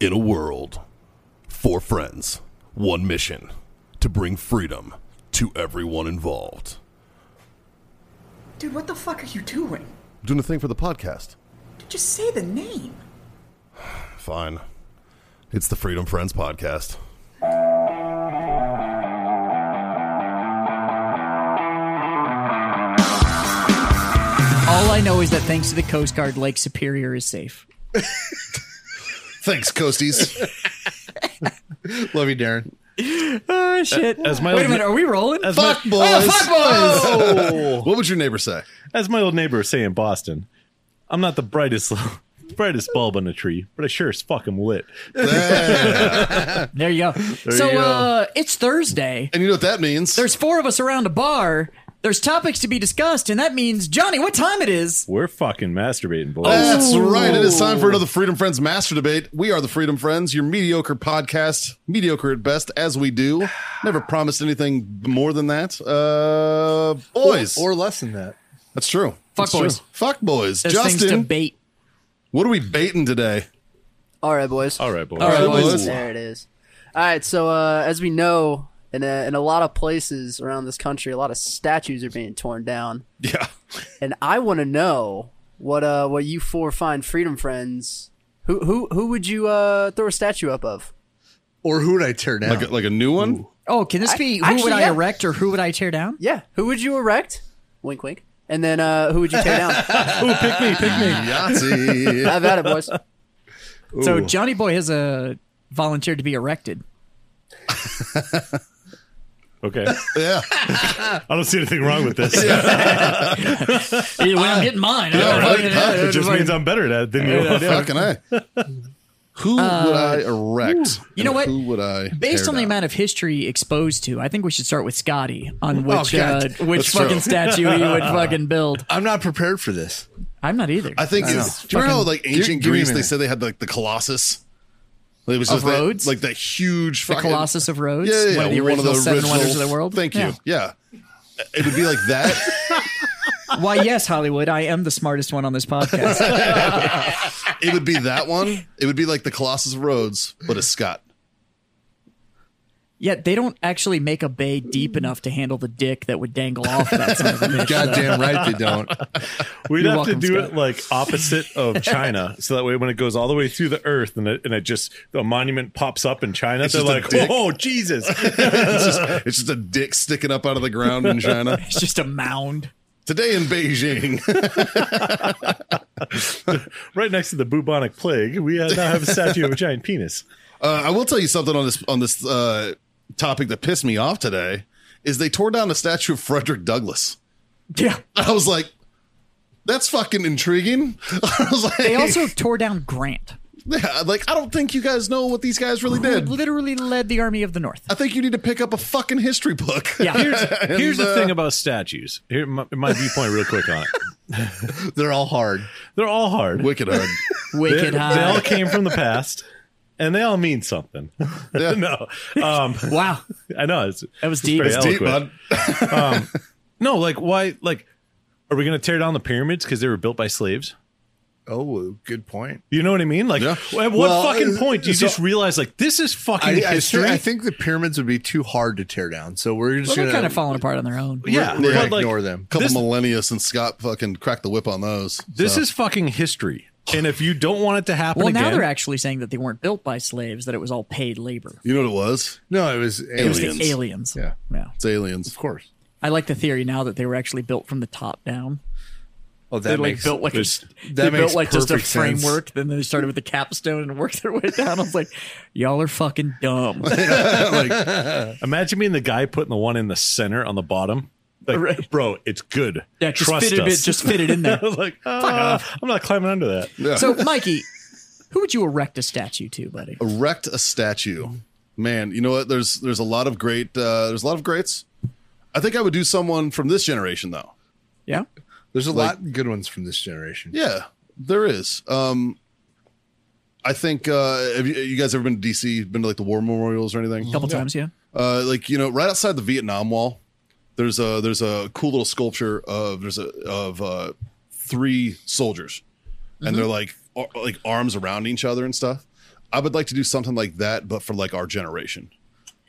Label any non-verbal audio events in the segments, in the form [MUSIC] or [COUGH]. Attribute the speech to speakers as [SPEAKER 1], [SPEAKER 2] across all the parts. [SPEAKER 1] In a world, four friends, one mission to bring freedom to everyone involved.
[SPEAKER 2] Dude, what the fuck are you doing?
[SPEAKER 1] Doing a thing for the podcast.
[SPEAKER 2] Just say the name.
[SPEAKER 1] Fine. It's the Freedom Friends podcast.
[SPEAKER 3] All I know is that thanks to the Coast Guard, Lake Superior is safe.
[SPEAKER 4] [LAUGHS]
[SPEAKER 5] Thanks, Coasties. Love you, Darren.
[SPEAKER 3] Oh shit!
[SPEAKER 6] as my
[SPEAKER 3] Wait a
[SPEAKER 6] old-
[SPEAKER 3] minute, are we rolling?
[SPEAKER 6] as
[SPEAKER 5] Fuck
[SPEAKER 6] my,
[SPEAKER 5] boys.
[SPEAKER 6] [LAUGHS] Oh.
[SPEAKER 5] What would your neighbor say?
[SPEAKER 6] as my old neighbor say in Boston, I'm not the brightest [LAUGHS] brightest bulb on the tree, but I sure as fuck am lit.
[SPEAKER 3] there you go. so
[SPEAKER 6] you go.
[SPEAKER 3] Uh, it's Thursday.
[SPEAKER 5] And you know what that means?
[SPEAKER 3] There's four of us around a bar. There's topics to be discussed, and that means Johnny, what time it is?
[SPEAKER 6] We're fucking masturbating, boys.
[SPEAKER 1] Oh.
[SPEAKER 5] That's right. It is time for another Freedom Friends Master Debate. We are the Freedom Friends, your mediocre podcast, mediocre at best, as we do. Never promised anything more than that. Uh, boys.
[SPEAKER 7] or, or less than that.
[SPEAKER 5] That's true. That's
[SPEAKER 3] boys.
[SPEAKER 5] true. Fuck boys.
[SPEAKER 3] There's things to
[SPEAKER 5] Justin,
[SPEAKER 3] bait.
[SPEAKER 5] what are we baiting today?
[SPEAKER 7] All right, boys.
[SPEAKER 6] All right, boys.
[SPEAKER 3] All right, boys.
[SPEAKER 5] boys.
[SPEAKER 7] There it is. All right, so uh, as we know, in a, in a lot of places around this country, a lot of statues are being torn down,
[SPEAKER 5] Yeah.
[SPEAKER 7] and I want to know what uh what you four find freedom friends. Who who who would you uh throw a statue up of?
[SPEAKER 4] Or who would I tear down?
[SPEAKER 5] Like, a, like a new one?
[SPEAKER 3] Oh, can this be who
[SPEAKER 7] actually,
[SPEAKER 3] would I
[SPEAKER 7] yeah.
[SPEAKER 3] erect or who would I tear down?
[SPEAKER 7] Yeah, who would you erect? Wink, wink. And then uh, who would you
[SPEAKER 3] [LAUGHS]
[SPEAKER 7] tear down?
[SPEAKER 4] [LAUGHS]
[SPEAKER 5] Yahtzee.
[SPEAKER 7] I've had it, boys.
[SPEAKER 3] So Johnny Boy has a volunteered to be erected.
[SPEAKER 6] Okay.
[SPEAKER 5] yeah.
[SPEAKER 6] [LAUGHS] I don't see anything wrong with this.
[SPEAKER 3] Either way, I'm getting mine. I don't
[SPEAKER 5] right.
[SPEAKER 3] know.
[SPEAKER 5] Huh?
[SPEAKER 6] It just means I'm better at it than you.
[SPEAKER 5] Fucking I. Who would I erect?
[SPEAKER 3] Uh, you know
[SPEAKER 5] And
[SPEAKER 3] what?
[SPEAKER 5] Who would I?
[SPEAKER 3] Based
[SPEAKER 5] tear
[SPEAKER 3] on the
[SPEAKER 5] down?
[SPEAKER 3] amount of history exposed to, I think we should start with Scotty on
[SPEAKER 5] Oh,
[SPEAKER 3] which
[SPEAKER 4] God.
[SPEAKER 3] uh, which
[SPEAKER 5] That's
[SPEAKER 3] fucking
[SPEAKER 5] true.
[SPEAKER 3] statue he
[SPEAKER 5] [LAUGHS]
[SPEAKER 3] would fucking build.
[SPEAKER 4] I'm not prepared for this.
[SPEAKER 3] I'm not either.
[SPEAKER 5] I think. it's- do you remember how, like ancient
[SPEAKER 4] give me a
[SPEAKER 5] Greece? They
[SPEAKER 4] minute.
[SPEAKER 5] said they had like the Colossus. It was
[SPEAKER 3] Of
[SPEAKER 5] just that-
[SPEAKER 3] Rhodes?
[SPEAKER 5] like that huge
[SPEAKER 3] the
[SPEAKER 5] fucking-
[SPEAKER 3] Colossus of Rhodes,
[SPEAKER 5] Yeah, yeah, yeah.
[SPEAKER 3] one of the original seven
[SPEAKER 5] original-
[SPEAKER 3] wonders of the world.
[SPEAKER 5] Thank you. Yeah. It would be like that.
[SPEAKER 3] Yeah. Why, yes, Hollywood, I am the smartest one on this [LAUGHS] podcast.
[SPEAKER 5] it would be that one. It would be like the Colossus of Rhodes, but a Scott.
[SPEAKER 3] Yet they don't actually make a bay deep enough to handle the dick that would dangle off that son of a bitch.
[SPEAKER 4] Goddamn right they
[SPEAKER 5] [LAUGHS]
[SPEAKER 4] don't.
[SPEAKER 6] [LAUGHS] We'd
[SPEAKER 3] You're
[SPEAKER 6] have
[SPEAKER 3] welcome,
[SPEAKER 6] to do
[SPEAKER 3] Scott.
[SPEAKER 6] it like opposite of China, so that way when it goes all the way through the earth and it, and it just the monument pops up in China, they're
[SPEAKER 5] just a
[SPEAKER 6] like,
[SPEAKER 5] dick.
[SPEAKER 6] "Oh Jesus!" [LAUGHS]
[SPEAKER 5] [LAUGHS] It's just, it's just a dick sticking up out of the ground in
[SPEAKER 4] [LAUGHS]
[SPEAKER 5] China.
[SPEAKER 3] It's just a mound.
[SPEAKER 5] Today in Beijing. [LAUGHS]
[SPEAKER 6] right next to the bubonic plague, we uh, now have a statue of a giant penis.
[SPEAKER 5] Uh, I will tell you something on this on this uh, topic that pissed me off today is they tore down a statue of Frederick Douglass.
[SPEAKER 3] Yeah.
[SPEAKER 5] I was like, that's fucking intriguing. [LAUGHS] I was like,
[SPEAKER 3] They also tore down Grant,
[SPEAKER 5] Yeah, like I don't think you guys know what these guys really
[SPEAKER 3] who
[SPEAKER 5] did.
[SPEAKER 3] literally led the army of the North.
[SPEAKER 5] I think you need to pick up a fucking history book. [LAUGHS]
[SPEAKER 4] [LAUGHS]
[SPEAKER 3] Yeah.
[SPEAKER 5] And,
[SPEAKER 6] Here's the
[SPEAKER 5] uh,
[SPEAKER 6] thing about statues. Here, my, my viewpoint, real quick on it.
[SPEAKER 4] They're all hard.
[SPEAKER 6] They're all hard.
[SPEAKER 5] Wicked hard.
[SPEAKER 6] They,
[SPEAKER 3] Wicked
[SPEAKER 6] they
[SPEAKER 3] high.
[SPEAKER 6] all came from the past, and they all mean something. [LAUGHS] no, um,
[SPEAKER 3] wow.
[SPEAKER 6] I know it's,
[SPEAKER 3] That was deep.
[SPEAKER 6] very
[SPEAKER 3] It's
[SPEAKER 5] Deep,
[SPEAKER 6] eloquent. Um,
[SPEAKER 5] bud.
[SPEAKER 4] [LAUGHS]
[SPEAKER 6] No, like why? Like, are we going to tear down the pyramids because they were built by slaves?
[SPEAKER 4] [LAUGHS] Oh, good point.
[SPEAKER 6] You know what I mean? Like,
[SPEAKER 5] Yeah.
[SPEAKER 6] at what
[SPEAKER 4] Well,
[SPEAKER 6] fucking
[SPEAKER 4] uh,
[SPEAKER 6] point do you
[SPEAKER 4] so-
[SPEAKER 6] just realize like this is fucking
[SPEAKER 4] I, I,
[SPEAKER 6] history?
[SPEAKER 4] think, I think the pyramids would be too hard to tear down, so we're
[SPEAKER 3] Well,
[SPEAKER 4] just
[SPEAKER 3] they're
[SPEAKER 4] gonna
[SPEAKER 3] kind of falling apart on their own.
[SPEAKER 6] yeah,
[SPEAKER 4] we're gonna
[SPEAKER 6] but, like,
[SPEAKER 4] ignore them.
[SPEAKER 5] Couple
[SPEAKER 6] This-
[SPEAKER 5] millennia since Scott fucking cracked the whip on those.
[SPEAKER 6] This is fucking history, and if you don't want it to happen
[SPEAKER 3] Well,
[SPEAKER 6] again,
[SPEAKER 3] now they're actually saying that they weren't built by slaves; that it was all paid labor.
[SPEAKER 5] You know what it was?
[SPEAKER 4] No, it was
[SPEAKER 3] It was
[SPEAKER 4] aliens.
[SPEAKER 3] the aliens.
[SPEAKER 4] Yeah.
[SPEAKER 3] yeah.
[SPEAKER 5] It's aliens.
[SPEAKER 4] Of course.
[SPEAKER 3] I like the theory now that they were actually built from the top down.
[SPEAKER 4] Oh,
[SPEAKER 3] They
[SPEAKER 4] that
[SPEAKER 3] like
[SPEAKER 4] makes
[SPEAKER 3] built like a,
[SPEAKER 6] there's-
[SPEAKER 3] they
[SPEAKER 4] that
[SPEAKER 3] built
[SPEAKER 4] makes
[SPEAKER 3] like just a
[SPEAKER 4] perfect sense.
[SPEAKER 3] framework. Then they started with the capstone and [LAUGHS] worked their way down. I was like, y'all are fucking dumb.
[SPEAKER 6] Imagine being the guy putting the one in the center on the bottom. Like,
[SPEAKER 3] Right.
[SPEAKER 6] bro, it's good.
[SPEAKER 3] Yeah, just
[SPEAKER 6] Trust
[SPEAKER 3] fit it,
[SPEAKER 6] us.
[SPEAKER 3] just fit it in there.
[SPEAKER 6] [LAUGHS] I was like, "Ah, I'm not climbing under that.
[SPEAKER 3] so, Mikey, who would you erect a statue to, buddy?
[SPEAKER 5] erect a statue.
[SPEAKER 4] Mm-hmm.
[SPEAKER 5] Man, you know what? There's there's a lot of great uh, there's a lot of greats. I think I would do someone from this generation though.
[SPEAKER 3] Yeah,
[SPEAKER 4] There's a lot of good ones from this generation.
[SPEAKER 5] Yeah, there is. Um, I think uh, have you, you guys ever been to DC? Been to like the war memorials or anything?
[SPEAKER 3] a couple times. Yeah,
[SPEAKER 5] Uh, like you know, right outside the Vietnam Wall, there's a there's a cool little sculpture of there's a of uh, three soldiers, and they're like ar- like arms around each other and stuff. I would like to do something like that, but for like our generation.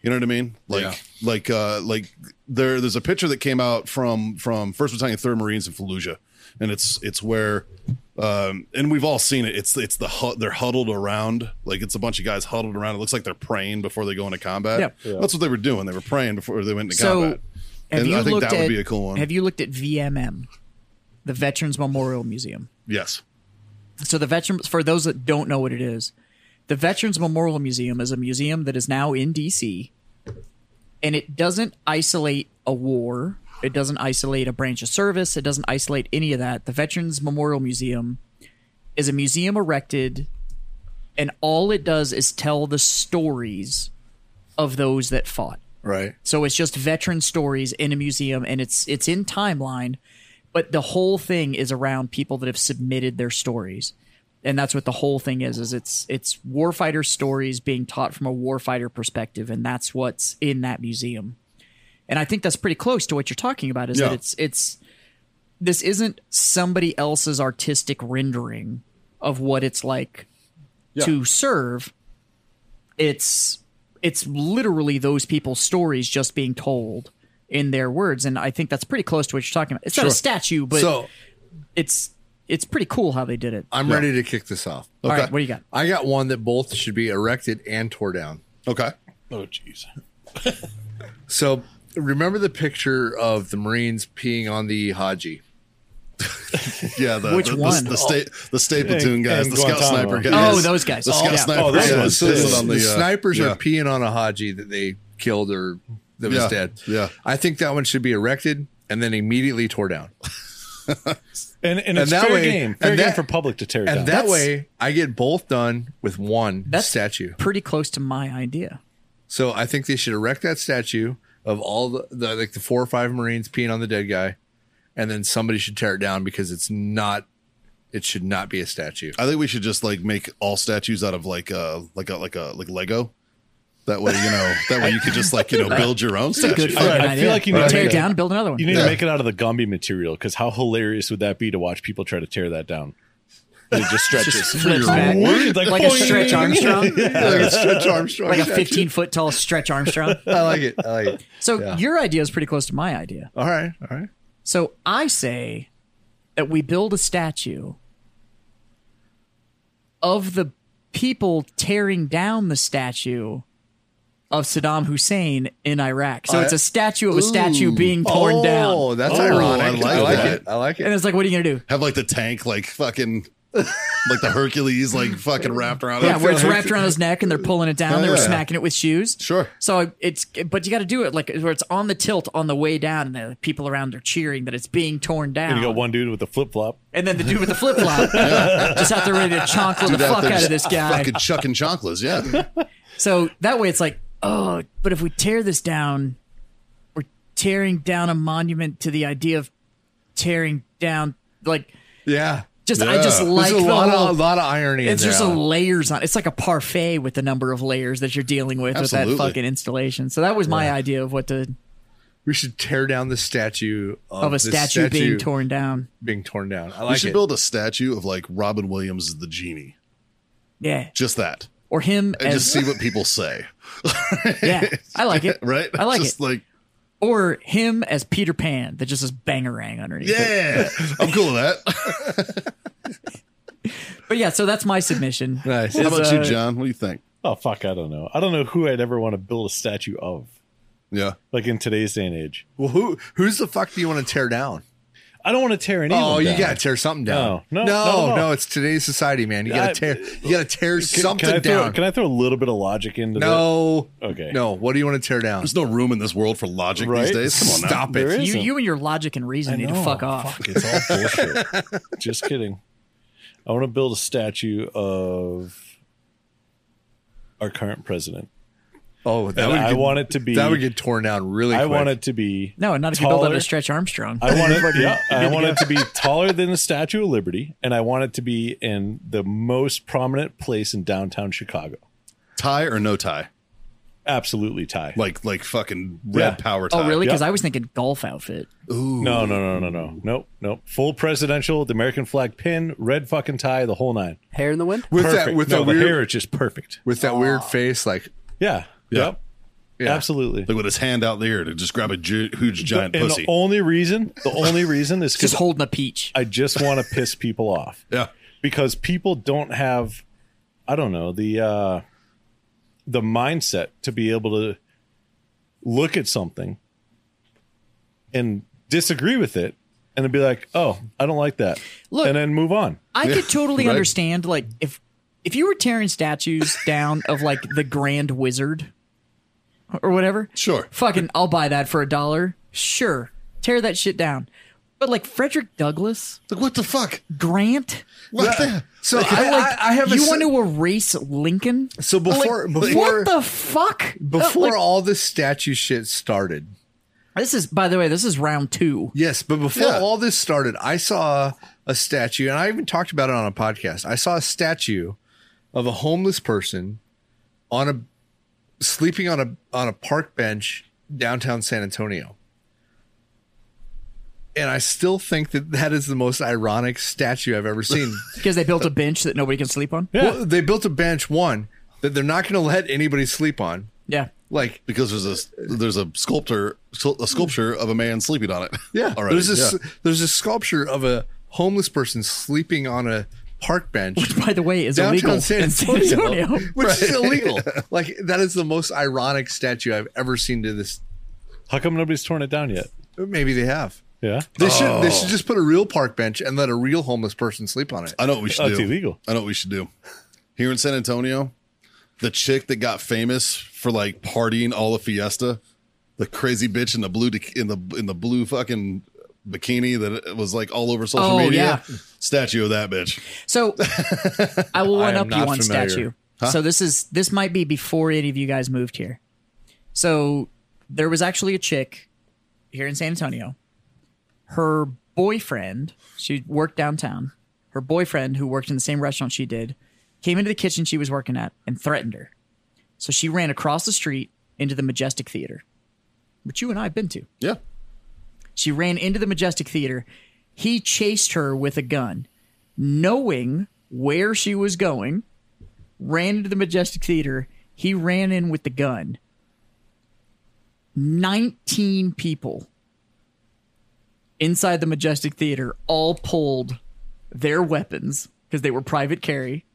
[SPEAKER 5] You know what I mean? Like
[SPEAKER 4] Yeah.
[SPEAKER 5] like uh like there there's a picture that came out from from First Battalion, Third Marines in Fallujah, and it's it's where um and we've all seen it. It's it's the hu- they're huddled around like it's a bunch of guys huddled around. It looks like they're praying before they go into combat.
[SPEAKER 3] Yep.
[SPEAKER 5] Uh, That's what they were doing. They were praying before they went into
[SPEAKER 3] So,
[SPEAKER 5] combat.
[SPEAKER 3] Have
[SPEAKER 5] And
[SPEAKER 3] you
[SPEAKER 5] I think
[SPEAKER 3] looked
[SPEAKER 5] that
[SPEAKER 3] at,
[SPEAKER 5] would be a cool one.
[SPEAKER 3] Have you looked at VMM, the Veterans Memorial Museum?
[SPEAKER 5] yes.
[SPEAKER 3] So the veterans, for those that don't know what it is, the Veterans Memorial Museum is a museum that is now in DC, and it doesn't isolate a war. It doesn't isolate a branch of service. It doesn't isolate any of that. The Veterans Memorial Museum is a museum erected, and all it does is tell the stories of those that fought.
[SPEAKER 4] Right.
[SPEAKER 3] So it's just veteran stories in a museum, and it's it's in timeline, but the whole thing is around people that have submitted their stories, and that's what the whole thing is. Is it's it's warfighter stories being taught from a warfighter perspective, and that's what's in that museum. And I think that's pretty close to what you're talking about. Is
[SPEAKER 5] Yeah.
[SPEAKER 3] that it's it's this isn't somebody else's artistic rendering of what it's like to serve it's it's literally those people's stories just being told in their words and i think that's pretty close to what you're talking about it's not a statue but
[SPEAKER 4] so
[SPEAKER 3] it's it's pretty cool how they did it
[SPEAKER 4] I'm ready to kick this off.
[SPEAKER 3] all right what do you got
[SPEAKER 4] I got one that both should be erected and tore down.
[SPEAKER 5] Okay.
[SPEAKER 6] Oh, jeez.
[SPEAKER 4] So remember the picture of the Marines peeing on the Haji?
[SPEAKER 5] Yeah, the
[SPEAKER 3] Which
[SPEAKER 5] the,
[SPEAKER 3] one?
[SPEAKER 5] The, the state the state platoon
[SPEAKER 6] And-
[SPEAKER 5] guys,
[SPEAKER 6] and
[SPEAKER 5] the scout
[SPEAKER 6] Guantanamo.
[SPEAKER 5] sniper guys.
[SPEAKER 3] oh those guys
[SPEAKER 5] The scout
[SPEAKER 3] yeah.
[SPEAKER 5] sniper
[SPEAKER 6] Oh, that
[SPEAKER 5] guys
[SPEAKER 6] was-
[SPEAKER 4] So
[SPEAKER 6] This
[SPEAKER 5] pissing
[SPEAKER 6] is
[SPEAKER 4] the,
[SPEAKER 5] on the, uh,
[SPEAKER 4] snipers
[SPEAKER 5] yeah.
[SPEAKER 4] are peeing on a Haji that they killed or that
[SPEAKER 5] Yeah,
[SPEAKER 4] was dead.
[SPEAKER 5] yeah.
[SPEAKER 4] I think that one should be erected and then immediately tore down.
[SPEAKER 6] And, and, it's
[SPEAKER 4] that
[SPEAKER 6] fair
[SPEAKER 4] way-
[SPEAKER 6] game. Fair
[SPEAKER 4] and
[SPEAKER 6] game
[SPEAKER 4] that-
[SPEAKER 6] for public to tear down.
[SPEAKER 4] And that way I get both done with one
[SPEAKER 3] That's-
[SPEAKER 4] statue.
[SPEAKER 3] pretty close to my idea
[SPEAKER 4] So I think they should erect that statue of all the, the like the four or five Marines peeing on the dead guy, and then somebody should tear it down because it's not. It should not be a statue.
[SPEAKER 5] I think we should just like make all statues out of like uh like a like a like Lego. That way, you know, that way you could just
[SPEAKER 4] [LAUGHS]
[SPEAKER 5] like, you know, build your own statue.
[SPEAKER 3] good
[SPEAKER 6] I-
[SPEAKER 3] fucking
[SPEAKER 6] I feel
[SPEAKER 3] idea
[SPEAKER 6] like you need to
[SPEAKER 3] tear
[SPEAKER 6] make
[SPEAKER 3] it
[SPEAKER 6] a-
[SPEAKER 3] down build another one
[SPEAKER 6] You need
[SPEAKER 5] Yeah.
[SPEAKER 6] to make it out of the Gumby material because how hilarious would that be to watch people try to tear that down? It
[SPEAKER 4] [LAUGHS]
[SPEAKER 6] just stretches.
[SPEAKER 3] Flips back.
[SPEAKER 6] It's
[SPEAKER 3] like a
[SPEAKER 6] boing. [LAUGHS]
[SPEAKER 3] stretch armstrong
[SPEAKER 4] like a Stretch Armstrong.
[SPEAKER 3] like a
[SPEAKER 4] statue.
[SPEAKER 3] 15 foot tall stretch
[SPEAKER 6] [LAUGHS]
[SPEAKER 3] armstrong
[SPEAKER 4] I like it. I like it.
[SPEAKER 3] so your idea is pretty close to my idea
[SPEAKER 4] All right. All right.
[SPEAKER 3] So I say that we build a statue of the people tearing down the statue of Saddam Hussein in Iraq. So it's a statue of a statue being torn
[SPEAKER 4] Oh,
[SPEAKER 3] down.
[SPEAKER 4] that's
[SPEAKER 5] Oh,
[SPEAKER 4] ironic.
[SPEAKER 5] I
[SPEAKER 4] I
[SPEAKER 5] like
[SPEAKER 4] like,
[SPEAKER 5] that.
[SPEAKER 4] it. I like
[SPEAKER 3] And
[SPEAKER 4] it.
[SPEAKER 3] it's like, what are you going to do?
[SPEAKER 5] Have like the tank like fucking like the Hercules like fucking wrapped around
[SPEAKER 3] Yeah,
[SPEAKER 5] it.
[SPEAKER 3] where it's wrapped around his neck and they're pulling it down. They were
[SPEAKER 5] yeah.
[SPEAKER 3] smacking it with shoes.
[SPEAKER 5] Sure.
[SPEAKER 3] So it's, but you got to do it like where it's on the tilt on the way down and the people around are cheering that it's being torn down.
[SPEAKER 6] And you got one dude with a flip flop.
[SPEAKER 3] And then the dude with the flip
[SPEAKER 5] [LAUGHS]
[SPEAKER 3] flop just out there ready to chonkle the
[SPEAKER 5] Dude,
[SPEAKER 3] fuck
[SPEAKER 5] they're
[SPEAKER 3] out of
[SPEAKER 5] just
[SPEAKER 3] this guy.
[SPEAKER 5] Fucking chucking
[SPEAKER 4] [LAUGHS]
[SPEAKER 5] chocolates, yeah.
[SPEAKER 3] So that way it's like, oh, but if we tear this down, we're tearing down a monument to the idea of tearing down like
[SPEAKER 4] Yeah.
[SPEAKER 3] just I just
[SPEAKER 5] Yeah.
[SPEAKER 3] like
[SPEAKER 4] There's a
[SPEAKER 3] the
[SPEAKER 4] lot
[SPEAKER 3] whole-
[SPEAKER 4] of a lot of irony.
[SPEAKER 3] it's
[SPEAKER 4] in there,
[SPEAKER 3] just a
[SPEAKER 4] Alan.
[SPEAKER 3] layers on it's like a parfait with the number of layers that you're dealing with
[SPEAKER 5] Absolutely.
[SPEAKER 3] with that fucking installation. So that was my idea of what the
[SPEAKER 4] we should tear down the statue of,
[SPEAKER 3] of a
[SPEAKER 4] this
[SPEAKER 3] statue, being torn down.
[SPEAKER 4] being torn down. I
[SPEAKER 5] we
[SPEAKER 4] like
[SPEAKER 5] should
[SPEAKER 4] it.
[SPEAKER 5] build a statue of like Robin Williams as the genie.
[SPEAKER 3] Yeah.
[SPEAKER 5] Just that.
[SPEAKER 3] Or him
[SPEAKER 5] And
[SPEAKER 3] as
[SPEAKER 5] just see what people say. [LAUGHS]
[SPEAKER 3] yeah. I like it.
[SPEAKER 5] Right?
[SPEAKER 3] I like
[SPEAKER 5] just
[SPEAKER 3] it.
[SPEAKER 5] like
[SPEAKER 3] Or him as Peter Pan that just says bangerang underneath. it.
[SPEAKER 5] Yeah. I'm cool with that.
[SPEAKER 3] But yeah, so that's my
[SPEAKER 5] [LAUGHS]
[SPEAKER 3] submission.
[SPEAKER 4] nice.
[SPEAKER 5] How about you,
[SPEAKER 3] uh,
[SPEAKER 5] John? What do you think?
[SPEAKER 6] Oh fuck, I don't know. I don't know who I'd ever want to build a statue of.
[SPEAKER 5] Yeah.
[SPEAKER 6] Like in today's day and age,
[SPEAKER 4] Well, who who's the fuck do you want to tear down?
[SPEAKER 6] I don't want to tear anyone.
[SPEAKER 4] Oh, you
[SPEAKER 6] down.
[SPEAKER 4] got to tear something down.
[SPEAKER 6] No, no, not
[SPEAKER 4] no,
[SPEAKER 6] at all.
[SPEAKER 4] no. It's today's society, man. You got to
[SPEAKER 6] I-
[SPEAKER 4] tear. You got to tear
[SPEAKER 6] Can-
[SPEAKER 4] something
[SPEAKER 6] can I throw,
[SPEAKER 4] down.
[SPEAKER 6] Can I throw a little bit of logic into
[SPEAKER 4] no.
[SPEAKER 6] Okay.
[SPEAKER 4] No. What do you want to tear down?
[SPEAKER 5] There's no room in this world for logic these
[SPEAKER 6] Right?
[SPEAKER 5] days. Come on now.
[SPEAKER 4] Stop it.
[SPEAKER 6] There is-
[SPEAKER 3] You,
[SPEAKER 6] Listen.
[SPEAKER 3] you and your logic and reason need to
[SPEAKER 6] No,
[SPEAKER 3] fuck off.
[SPEAKER 6] Fuck, it's all bullshit. Just kidding. I want to build a statue of our current president.
[SPEAKER 4] Oh, that
[SPEAKER 6] And
[SPEAKER 4] would
[SPEAKER 6] I
[SPEAKER 4] get,
[SPEAKER 6] want it to be.
[SPEAKER 4] that would get torn down really.
[SPEAKER 6] I
[SPEAKER 4] quick.
[SPEAKER 6] want it to be.
[SPEAKER 3] No, not if you build out
[SPEAKER 6] taller.
[SPEAKER 3] a Stretch Armstrong.
[SPEAKER 6] I want it. yeah, I want it to be taller than the Statue of Liberty, and I want it to be in the most prominent place in downtown Chicago.
[SPEAKER 5] Tie or no tie?
[SPEAKER 6] absolutely tie.
[SPEAKER 5] like like fucking red
[SPEAKER 6] Yeah.
[SPEAKER 5] power.
[SPEAKER 3] Oh,
[SPEAKER 5] tie.
[SPEAKER 3] really? Because
[SPEAKER 6] Yeah.
[SPEAKER 3] I was thinking golf outfit.
[SPEAKER 6] No, no, no, no, no, nope, nope. Full presidential, the American flag pin, red fucking tie, the whole nine.
[SPEAKER 7] Hair in the wind.
[SPEAKER 4] with
[SPEAKER 6] perfect.
[SPEAKER 4] that with
[SPEAKER 6] no,
[SPEAKER 4] that
[SPEAKER 6] the
[SPEAKER 4] weird
[SPEAKER 6] hair is just perfect.
[SPEAKER 4] with that weird face. Like
[SPEAKER 6] Yeah.
[SPEAKER 5] Yeah.
[SPEAKER 6] Yep. Absolutely.
[SPEAKER 5] Like with his hand out there to just grab a ju- huge giant
[SPEAKER 6] and
[SPEAKER 5] pussy.
[SPEAKER 6] the only reason, the only reason is
[SPEAKER 3] Just
[SPEAKER 6] because
[SPEAKER 3] holding a peach.
[SPEAKER 6] I just want to piss people off.
[SPEAKER 5] yeah.
[SPEAKER 6] because people don't have i don't know the uh the mindset to be able to look at something and disagree with it and then be like oh i don't like that
[SPEAKER 3] Look-
[SPEAKER 6] and then move on
[SPEAKER 3] I
[SPEAKER 5] Yeah,
[SPEAKER 3] could totally
[SPEAKER 5] right.
[SPEAKER 3] understand like if if you were tearing statues down of like the Grand Wizard or whatever.
[SPEAKER 5] Sure.
[SPEAKER 3] Fucking, I'll buy that for a dollar. Sure, tear that shit down. But like Frederick Douglass,
[SPEAKER 5] Like what the fuck?
[SPEAKER 3] Grant,
[SPEAKER 5] What the?
[SPEAKER 4] so, I, I, I have a
[SPEAKER 3] you
[SPEAKER 4] s-
[SPEAKER 3] want to erase Lincoln?
[SPEAKER 4] so before
[SPEAKER 3] Like,
[SPEAKER 4] before
[SPEAKER 3] what the fuck? Uh,
[SPEAKER 4] before
[SPEAKER 3] like,
[SPEAKER 4] all this statue shit started.
[SPEAKER 3] this is by the way, this is round two.
[SPEAKER 4] Yes, but before
[SPEAKER 5] Yeah.
[SPEAKER 4] all this started, I saw a statue, and I even talked about it on a podcast. I saw a statue of a homeless person on a sleeping on a on a park bench downtown San Antonio. And I still think that that is the most ironic statue I've ever seen.
[SPEAKER 3] Because they built a bench that nobody can sleep on. Yeah.
[SPEAKER 4] well, they built a bench one that they're not going to let anybody sleep on. Like
[SPEAKER 5] Because there's a there's a sculptor a sculpture of a man sleeping
[SPEAKER 6] [LAUGHS]
[SPEAKER 5] on it.
[SPEAKER 4] Yeah.
[SPEAKER 5] Already.
[SPEAKER 4] There's this
[SPEAKER 5] Yeah.
[SPEAKER 4] there's a sculpture of a homeless person sleeping on a park bench.
[SPEAKER 3] By the way, is
[SPEAKER 4] Downtown
[SPEAKER 3] illegal
[SPEAKER 4] San
[SPEAKER 3] in San
[SPEAKER 4] Antonio.
[SPEAKER 3] Antonio.
[SPEAKER 4] [LAUGHS] Which is illegal. Like that is the most ironic statue I've ever seen to this.
[SPEAKER 6] how come nobody's torn it down yet
[SPEAKER 4] Maybe they have.
[SPEAKER 6] yeah
[SPEAKER 4] They should they should just put a real park bench and let a real homeless person sleep on it.
[SPEAKER 5] I know what we should
[SPEAKER 6] Oh,
[SPEAKER 5] do.
[SPEAKER 6] it's illegal.
[SPEAKER 5] I know what we should do. Here in San Antonio, the chick that got famous for like partying all of Fiesta, the crazy bitch in the blue bik- in the in the blue fucking bikini that was like all over social
[SPEAKER 3] Oh,
[SPEAKER 5] media. Statue of that bitch.
[SPEAKER 4] [LAUGHS]
[SPEAKER 3] So I will one
[SPEAKER 4] am
[SPEAKER 3] up you
[SPEAKER 4] not
[SPEAKER 3] on
[SPEAKER 4] familiar.
[SPEAKER 3] statue. So this is this might be before any of you guys moved here. So there was actually a chick here in San Antonio. Her boyfriend, she worked downtown. Her boyfriend, who worked in the same restaurant she did, came into the kitchen she was working at and threatened her. So she ran across the street into the Majestic Theater, which you and I have been to.
[SPEAKER 5] Yeah.
[SPEAKER 3] She ran into the Majestic Theater. He chased her with a gun, knowing where she was going, ran into the Majestic Theater. He ran in with the gun. 19 people inside the Majestic Theater all pulled their weapons because they were private carry,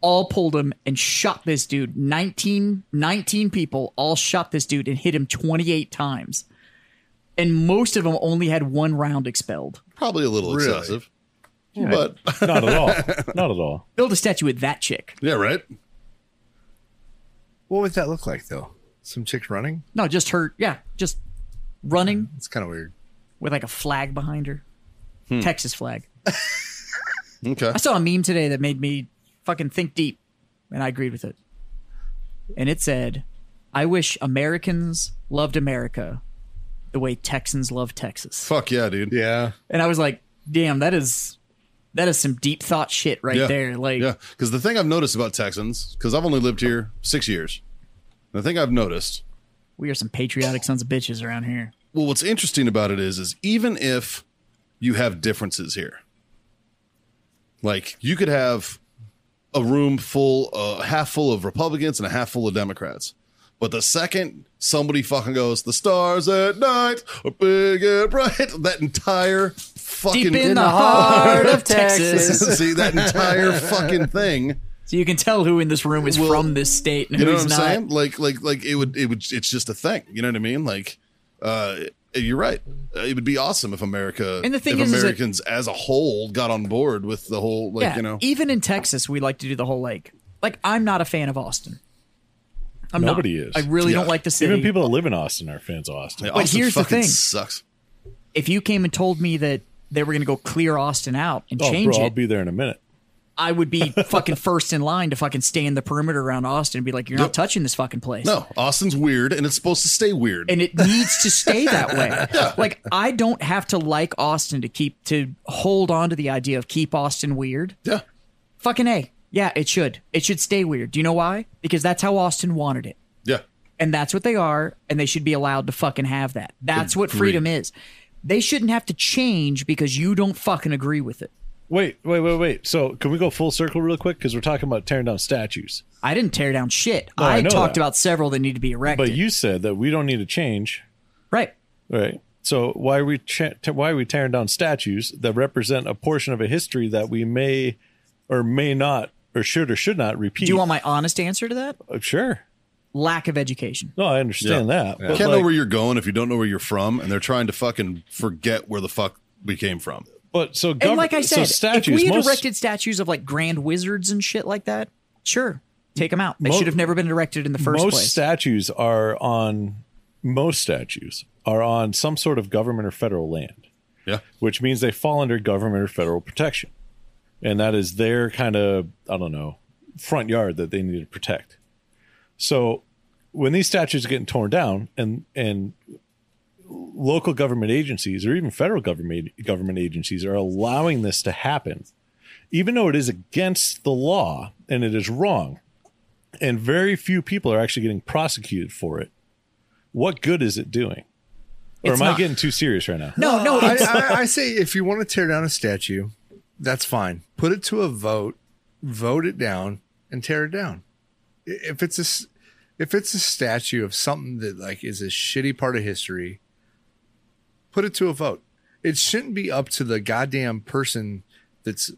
[SPEAKER 3] all pulled them and shot this dude. 19, 19 people all shot this dude and hit him 28 times and most of them only had one round expelled.
[SPEAKER 5] Probably a little
[SPEAKER 4] Really?
[SPEAKER 5] excessive. But
[SPEAKER 6] not at all not at all
[SPEAKER 3] Build a statue with that chick.
[SPEAKER 5] yeah, right?
[SPEAKER 4] What would that look like though? Some chick running?
[SPEAKER 3] No, just her. Yeah, just running
[SPEAKER 4] It's kind of weird.
[SPEAKER 3] with like a flag behind her, Texas flag.
[SPEAKER 5] Hmm. [LAUGHS] Okay.
[SPEAKER 3] I saw a meme today that made me fucking think deep, and I agreed with it. And it said, "I wish Americans loved America the way Texans love Texas."
[SPEAKER 5] Fuck yeah, dude.
[SPEAKER 4] Yeah.
[SPEAKER 3] And I was like, "Damn, that is that is some deep thought shit right there." Like,
[SPEAKER 5] yeah. Because the thing I've noticed about Texans, because I've only lived here six years, the thing I've noticed
[SPEAKER 3] we are some patriotic sons of bitches around here.
[SPEAKER 5] well what's interesting about it is is even if you have differences here like you could have a room full uh, half full of republicans and a half full of democrats but the second somebody fucking goes the stars at night are big and bright that entire fucking
[SPEAKER 3] Deep in
[SPEAKER 5] [LAUGHS]
[SPEAKER 3] the
[SPEAKER 7] the
[SPEAKER 3] heart
[SPEAKER 7] heart
[SPEAKER 3] of
[SPEAKER 7] of Texas.
[SPEAKER 3] Texas.
[SPEAKER 5] see that entire fucking thing
[SPEAKER 3] So you can tell who in this room is from this state and
[SPEAKER 5] you know
[SPEAKER 3] who's
[SPEAKER 5] what I'm
[SPEAKER 3] not.
[SPEAKER 5] saying? Like, like, like it would, it would, it's just a thing. You know what I mean? Like, uh, you're right. Uh, It would be awesome if America
[SPEAKER 3] And the thing
[SPEAKER 5] if
[SPEAKER 3] is, is that-
[SPEAKER 5] Americans as a whole got on board with the whole, like,
[SPEAKER 3] yeah, e-
[SPEAKER 5] you know,
[SPEAKER 3] even in Texas, we like to do the whole like, like I'm not a fan of Austin. I'm not.
[SPEAKER 6] Nobody is.
[SPEAKER 3] I really
[SPEAKER 5] Yeah.
[SPEAKER 3] don't like the city.
[SPEAKER 6] even people that live in austin are fans of austin
[SPEAKER 5] Austin
[SPEAKER 3] here's the
[SPEAKER 5] fucking
[SPEAKER 3] thing.
[SPEAKER 5] sucks.
[SPEAKER 3] if you came and told me that they were going to go clear Austin out and
[SPEAKER 6] oh
[SPEAKER 3] change
[SPEAKER 6] bro i'll
[SPEAKER 3] it,
[SPEAKER 6] be there in a minute
[SPEAKER 3] I would
[SPEAKER 6] [LAUGHS]
[SPEAKER 3] be fucking first in line to fucking stand the perimeter around Austin and be like, "You're not touching this fucking place."
[SPEAKER 5] No, Austin's weird, and it's supposed to stay weird.
[SPEAKER 3] and it needs to stay that
[SPEAKER 6] [LAUGHS]
[SPEAKER 3] way. Like I don't have to like Austin to keep to hold on to the idea of keep Austin weird.
[SPEAKER 5] yeah,
[SPEAKER 3] Fucking A. Yeah, it should. It should stay weird. Do you know why? Because that's how Austin wanted it.
[SPEAKER 5] yeah.
[SPEAKER 3] and that's what they are, and they should be allowed to fucking have that. That's what freedom is. They shouldn't have to change because you don't fucking agree with it.
[SPEAKER 6] Wait, wait, wait, wait. So can we go full circle real quick? Because we're talking about tearing down statues.
[SPEAKER 3] I didn't tear down shit.
[SPEAKER 6] No, I
[SPEAKER 3] I,
[SPEAKER 6] know
[SPEAKER 3] talked
[SPEAKER 6] that.
[SPEAKER 3] about several that need to be erected.
[SPEAKER 6] But you said that we don't need to change,
[SPEAKER 3] right.
[SPEAKER 6] right? So why are we cha- te- why are we tearing down statues that represent a portion of a history that we may or may not or should or should not repeat?
[SPEAKER 3] Do you want my honest answer to that?
[SPEAKER 6] Uh, sure.
[SPEAKER 3] Lack of education.
[SPEAKER 6] No, I understand
[SPEAKER 5] Yeah.
[SPEAKER 6] that.
[SPEAKER 5] You
[SPEAKER 6] But
[SPEAKER 5] can't know
[SPEAKER 6] like,
[SPEAKER 5] where you're going if you don't know where you're from, and they're trying to fucking forget where the fuck we came from.
[SPEAKER 6] but so
[SPEAKER 3] And
[SPEAKER 6] gov-
[SPEAKER 3] like I
[SPEAKER 6] so
[SPEAKER 3] said,
[SPEAKER 6] statues.
[SPEAKER 3] if we had
[SPEAKER 6] most-
[SPEAKER 3] erected statues of like grand wizards and shit like that, sure, take them out. They
[SPEAKER 6] Mo-
[SPEAKER 3] should have never been erected in the first
[SPEAKER 6] most
[SPEAKER 3] place.
[SPEAKER 6] statues are on most statues are on some sort of government or federal land.
[SPEAKER 5] Yeah.
[SPEAKER 6] which means they fall under government or federal protection. And that is their kind of, I don't know, front yard that they need to protect. So when these statues are getting torn down and, and local government agencies or even federal government government agencies are allowing this to happen, even though it is against the law and it is wrong, and very few people are actually getting prosecuted for it, what good is it doing? Or
[SPEAKER 3] It's
[SPEAKER 6] am I
[SPEAKER 3] not.
[SPEAKER 6] getting too serious right now?
[SPEAKER 3] no, no,
[SPEAKER 4] I,
[SPEAKER 3] it's,
[SPEAKER 4] I, I say if you want to tear down a statue, that's fine. Put it to a vote, vote it down, and tear it down. I- If it's a s- if it's a statue of something that like is a shitty part of history, put it to a vote. It shouldn't be up to the goddamn person that's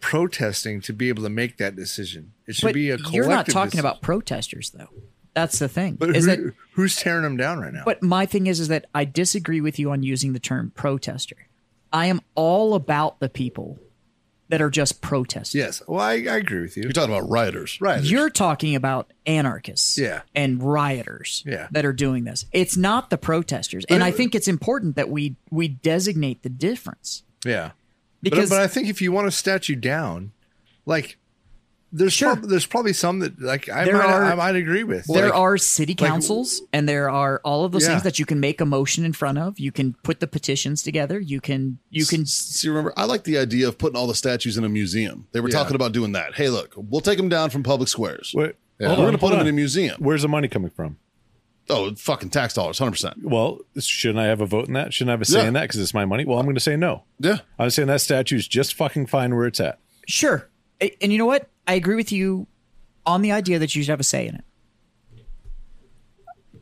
[SPEAKER 4] protesting to be able to make that decision. It should
[SPEAKER 3] but
[SPEAKER 4] be a collective.
[SPEAKER 3] you're not talking
[SPEAKER 4] decision.
[SPEAKER 3] about protesters though. That's the thing.
[SPEAKER 4] But
[SPEAKER 3] is
[SPEAKER 4] who-
[SPEAKER 3] that
[SPEAKER 4] who's tearing them down right now?
[SPEAKER 3] But my thing is, is that I disagree with you on using the term protester. I am all about the people that are just protesting.
[SPEAKER 4] yes, well, I, I agree with you.
[SPEAKER 5] You're talking about rioters.
[SPEAKER 4] Right,
[SPEAKER 3] You're talking about anarchists
[SPEAKER 4] Yeah.
[SPEAKER 3] and rioters
[SPEAKER 4] Yeah.
[SPEAKER 3] that are doing this. It's not the protesters. and I think it's important that we we designate the difference.
[SPEAKER 4] yeah.
[SPEAKER 3] Because
[SPEAKER 4] but, but I think if you want to statue down, like there's
[SPEAKER 3] Sure.
[SPEAKER 4] prob- there's probably some that like I
[SPEAKER 3] There
[SPEAKER 4] might
[SPEAKER 3] are-
[SPEAKER 4] I might agree with.
[SPEAKER 3] there
[SPEAKER 4] Like,
[SPEAKER 3] are city councils and there are all of those
[SPEAKER 4] Yeah.
[SPEAKER 3] things that you can make a motion in front of. You can put the petitions together. You can you can
[SPEAKER 5] See, remember, I like the idea of putting all the statues in a museum. They were talking about doing that. Hey, look, we'll take them down from public squares.
[SPEAKER 6] Wait,
[SPEAKER 5] Yeah.
[SPEAKER 6] hold
[SPEAKER 5] We're
[SPEAKER 6] on,
[SPEAKER 5] going to put
[SPEAKER 6] hold
[SPEAKER 5] them in
[SPEAKER 6] on.
[SPEAKER 5] a museum.
[SPEAKER 6] Where's the money coming from?
[SPEAKER 5] Oh, fucking tax dollars, 100%.
[SPEAKER 6] Well, shouldn't I have a vote in that? Shouldn't I have a say
[SPEAKER 5] Yeah.
[SPEAKER 6] in that because it's my money? Well, I'm going to say no.
[SPEAKER 5] Yeah.
[SPEAKER 6] I'm saying that statue's just fucking fine where it's at.
[SPEAKER 3] Sure. A- And you know what? I agree with you on the idea that you should have a say in it.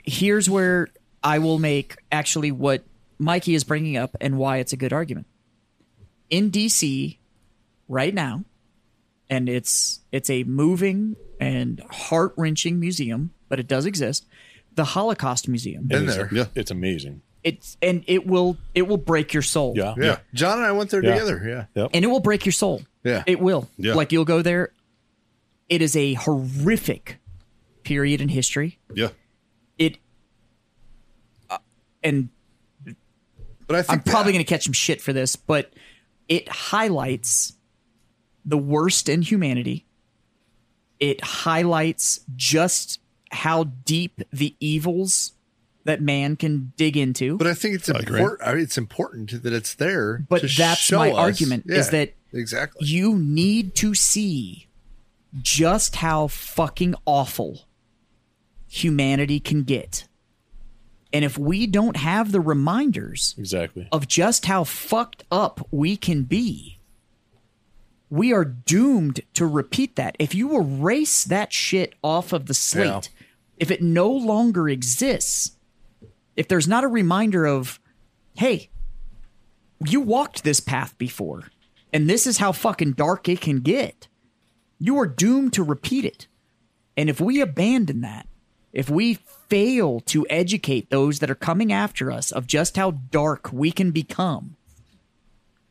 [SPEAKER 3] Here's where I will make actually what Mikey is bringing up and why it's a good argument. In DC right now, and it's it's a moving and heart-wrenching museum, but it does exist, the Holocaust Museum.
[SPEAKER 4] Been
[SPEAKER 6] It is-
[SPEAKER 4] there.
[SPEAKER 5] Yeah.
[SPEAKER 6] It's amazing.
[SPEAKER 3] It's and it will it will break your soul.
[SPEAKER 6] Yeah.
[SPEAKER 4] yeah. John and I went there
[SPEAKER 6] Yeah.
[SPEAKER 4] together. Yeah.
[SPEAKER 3] and it will break your soul.
[SPEAKER 4] Yeah.
[SPEAKER 3] it will.
[SPEAKER 5] Yeah.
[SPEAKER 3] Like you'll go there. It is a horrific period in history.
[SPEAKER 5] Yeah.
[SPEAKER 3] It uh, and
[SPEAKER 4] But I think
[SPEAKER 3] I'm probably
[SPEAKER 4] that-
[SPEAKER 3] going to catch some shit for this, but it highlights the worst in humanity. It highlights just how deep the evils that man can dig into.
[SPEAKER 4] but I think it's important. I mean, it's important that it's there.
[SPEAKER 3] But
[SPEAKER 4] to
[SPEAKER 3] that's
[SPEAKER 4] show
[SPEAKER 3] my
[SPEAKER 4] us-
[SPEAKER 3] argument, is that
[SPEAKER 4] exactly?
[SPEAKER 3] you need to see just how fucking awful humanity can get. And if we don't have the reminders
[SPEAKER 6] Exactly.
[SPEAKER 3] of just how fucked up we can be, we are doomed to repeat that. If you erase that shit off of the slate,
[SPEAKER 4] Yeah.
[SPEAKER 3] if it no longer exists, if there's not a reminder of, hey, you walked this path before, and this is how fucking dark it can get, you are doomed to repeat it. And if we abandon that, if we fail to educate those that are coming after us of just how dark we can become,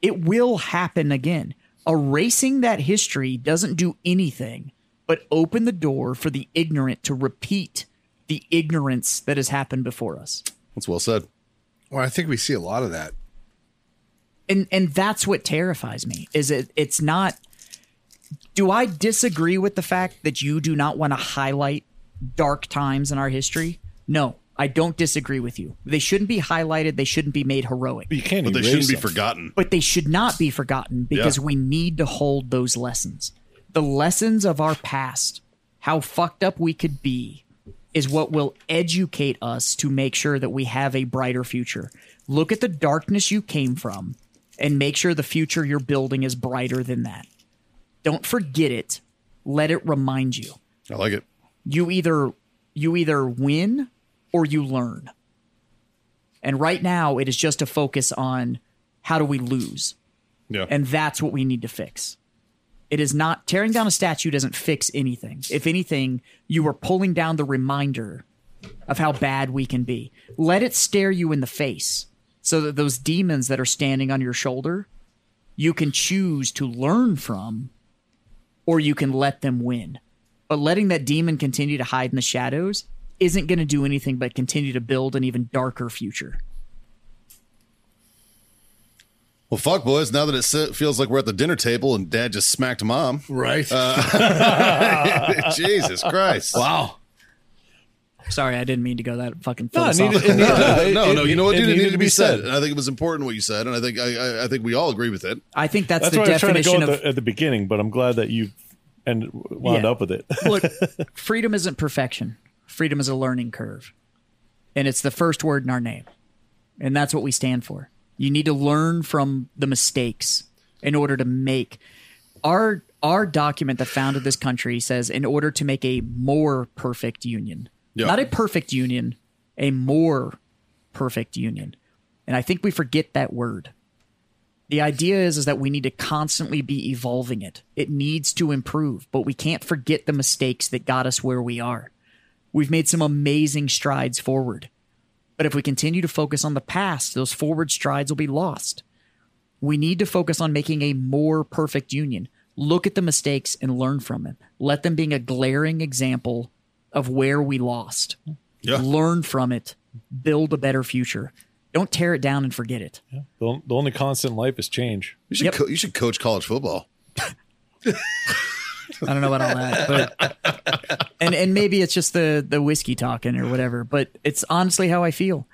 [SPEAKER 3] it will happen again. Erasing that history doesn't do anything but open the door for the ignorant to repeat the ignorance that has happened before us.
[SPEAKER 5] That's well said.
[SPEAKER 4] Well, I think we see a lot of that.
[SPEAKER 3] and and that's what terrifies me is it it's not do i disagree with the fact that you do not want to highlight dark times in our history no i don't disagree with you they shouldn't be highlighted they shouldn't be made heroic
[SPEAKER 6] But you can't.
[SPEAKER 5] But they
[SPEAKER 6] erase
[SPEAKER 5] shouldn't be
[SPEAKER 6] them.
[SPEAKER 5] forgotten.
[SPEAKER 3] but they should not be forgotten because
[SPEAKER 5] Yeah.
[SPEAKER 3] we need to hold those lessons the lessons of our past how fucked up we could be is what will educate us to make sure that we have a brighter future. Look at the darkness you came from and make sure the future you're building is brighter than that. Don't forget it. Let it remind you.
[SPEAKER 5] I like it.
[SPEAKER 3] You either you either win or you learn. And right now it is just a focus on how do we lose?
[SPEAKER 5] Yeah.
[SPEAKER 3] And that's what we need to fix. It is not tearing down a statue doesn't fix anything. If anything, you are pulling down the reminder of how bad we can be. Let it stare you in the face so that those demons that are standing on your shoulder, you can choose to learn from or you can let them win. But letting that demon continue to hide in the shadows isn't going to do anything but continue to build an even darker future.
[SPEAKER 5] Well, fuck, boys. Now that it se- feels like we're at the dinner table and dad just
[SPEAKER 6] [LAUGHS]
[SPEAKER 5] smacked mom.
[SPEAKER 4] Right.
[SPEAKER 5] [LAUGHS] Jesus Christ.
[SPEAKER 4] wow.
[SPEAKER 3] Sorry, I didn't mean to go that fucking
[SPEAKER 6] No, it
[SPEAKER 3] philosophical.
[SPEAKER 6] needed- it needed- [LAUGHS] it-
[SPEAKER 5] No, no, you know what,
[SPEAKER 6] it
[SPEAKER 5] dude? It needed to be said. And I think it was important what you said. And I think I, I, I think we all agree with it.
[SPEAKER 3] I think that's,
[SPEAKER 6] That's
[SPEAKER 3] the
[SPEAKER 6] why I was trying to go
[SPEAKER 3] definition
[SPEAKER 6] at
[SPEAKER 3] of
[SPEAKER 6] the, at the beginning, but I'm glad that you and wound
[SPEAKER 3] Yeah.
[SPEAKER 6] up with it. [LAUGHS]
[SPEAKER 3] look, freedom isn't perfection. Freedom is a learning curve. And it's the first word in our name. And that's what we stand for. You need to learn from the mistakes in order to make our our document that founded this country says in order to make a more perfect union.
[SPEAKER 5] Yeah.
[SPEAKER 3] Not a perfect union, a more perfect union. And I think we forget that word. The idea is is that we need to constantly be evolving it. It needs to improve, but we can't forget the mistakes that got us where we are. We've made some amazing strides forward. But if we continue to focus on the past, those forward strides will be lost. We need to focus on making a more perfect union. Look at the mistakes and learn from them. Let them being a glaring example of where we lost.
[SPEAKER 5] Yeah.
[SPEAKER 3] Learn from it. Build a better future. Don't tear it down and forget it.
[SPEAKER 6] The, the only constant in life is change.
[SPEAKER 5] You should,
[SPEAKER 3] Yep.
[SPEAKER 5] co- you should coach college football.
[SPEAKER 3] I don't know about all that, but and and maybe it's just the the whiskey talking or whatever. But it's honestly how I feel.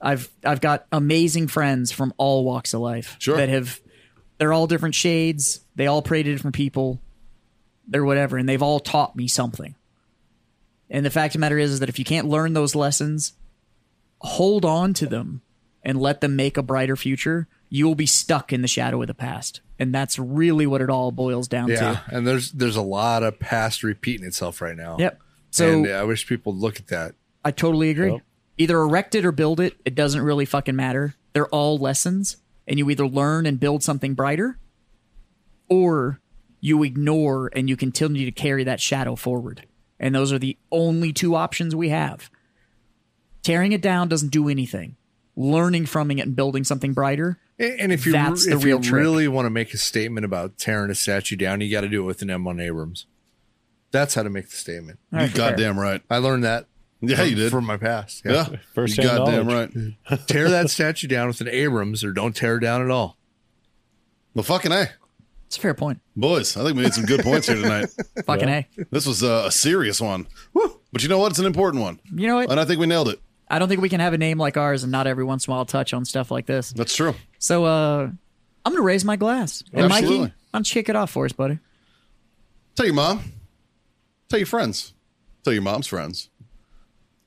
[SPEAKER 3] I've I've got amazing friends from all walks of life
[SPEAKER 5] Sure.
[SPEAKER 3] that have they're all different shades. They all pray to different people. They're whatever, and they've all taught me something. And the fact of the matter is, is that if you can't learn those lessons, hold on to them and let them make a brighter future. You will be stuck in the shadow of the past, and that's really what it all boils down
[SPEAKER 4] Yeah.
[SPEAKER 3] to.
[SPEAKER 4] And there's there's a lot of past repeating itself right now.
[SPEAKER 3] Yep. So
[SPEAKER 4] and uh, I wish people would look at that.
[SPEAKER 3] I totally agree.
[SPEAKER 6] Yep.
[SPEAKER 3] Either erect it or build it. It doesn't really fucking matter. They're all lessons, and you either learn and build something brighter, or you ignore and you continue to carry that shadow forward. And those are the only two options we have. Tearing it down doesn't do anything. Learning from it and building something brighter.
[SPEAKER 4] And and if you
[SPEAKER 3] That's the
[SPEAKER 4] if you
[SPEAKER 3] real trick.
[SPEAKER 4] really want to make a statement about tearing a statue down, you got to do it with an M on Abrams. That's how to make the statement.
[SPEAKER 3] All right, fair.
[SPEAKER 5] Goddamn right.
[SPEAKER 4] I learned that.
[SPEAKER 5] Yeah,
[SPEAKER 4] from,
[SPEAKER 5] you did.
[SPEAKER 4] from my past.
[SPEAKER 5] yeah.
[SPEAKER 4] [LAUGHS]
[SPEAKER 6] First
[SPEAKER 5] you
[SPEAKER 6] hand
[SPEAKER 5] goddamn
[SPEAKER 6] knowledge.
[SPEAKER 5] right.
[SPEAKER 4] tear that statue down with an Abrams, or don't tear it down at all.
[SPEAKER 5] Well, fucking A.
[SPEAKER 3] It's a fair point.
[SPEAKER 5] Boys, I think we made some good points here tonight.
[SPEAKER 3] Fucking
[SPEAKER 6] Yeah.
[SPEAKER 3] A.
[SPEAKER 5] This was uh, a serious one. But you know what? It's an important one.
[SPEAKER 3] You know what?
[SPEAKER 5] And I think we nailed it.
[SPEAKER 3] I don't think we can have a name like ours and not every once in a while touch on stuff like this.
[SPEAKER 5] That's true.
[SPEAKER 3] So uh I'm gonna raise my glass. And Mikey,
[SPEAKER 5] Absolutely.
[SPEAKER 3] why don't you kick it off for us, buddy?
[SPEAKER 5] Tell your mom. Tell your friends. Tell your mom's friends.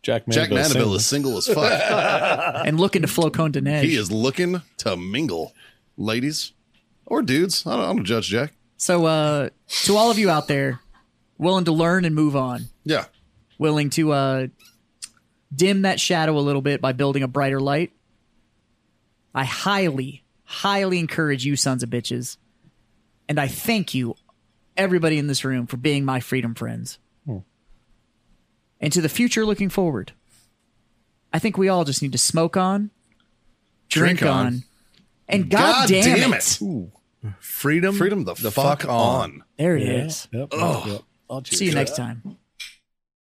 [SPEAKER 6] Jack Manville.
[SPEAKER 5] Jack Mandeville
[SPEAKER 6] sings.
[SPEAKER 5] is single as fuck.
[SPEAKER 3] and looking to Flocon Dinesh.
[SPEAKER 5] Uh, he is looking to mingle, ladies or dudes. I don't, I don't judge Jack.
[SPEAKER 3] So, uh, to all of you out there, willing to learn and move on,
[SPEAKER 5] Yeah.
[SPEAKER 3] willing to uh, dim that shadow a little bit by building a brighter light, I highly, highly encourage you, sons of bitches. And I thank you, everybody in this room, for being my freedom friends. And to the future looking forward, I think we all just need to smoke on, drink,
[SPEAKER 4] Drink on.
[SPEAKER 3] on, and goddamn
[SPEAKER 5] damn
[SPEAKER 3] it.
[SPEAKER 4] Freedom,
[SPEAKER 5] Freedom the, fuck, on.
[SPEAKER 3] There it is.
[SPEAKER 6] Yep.
[SPEAKER 3] See you next time.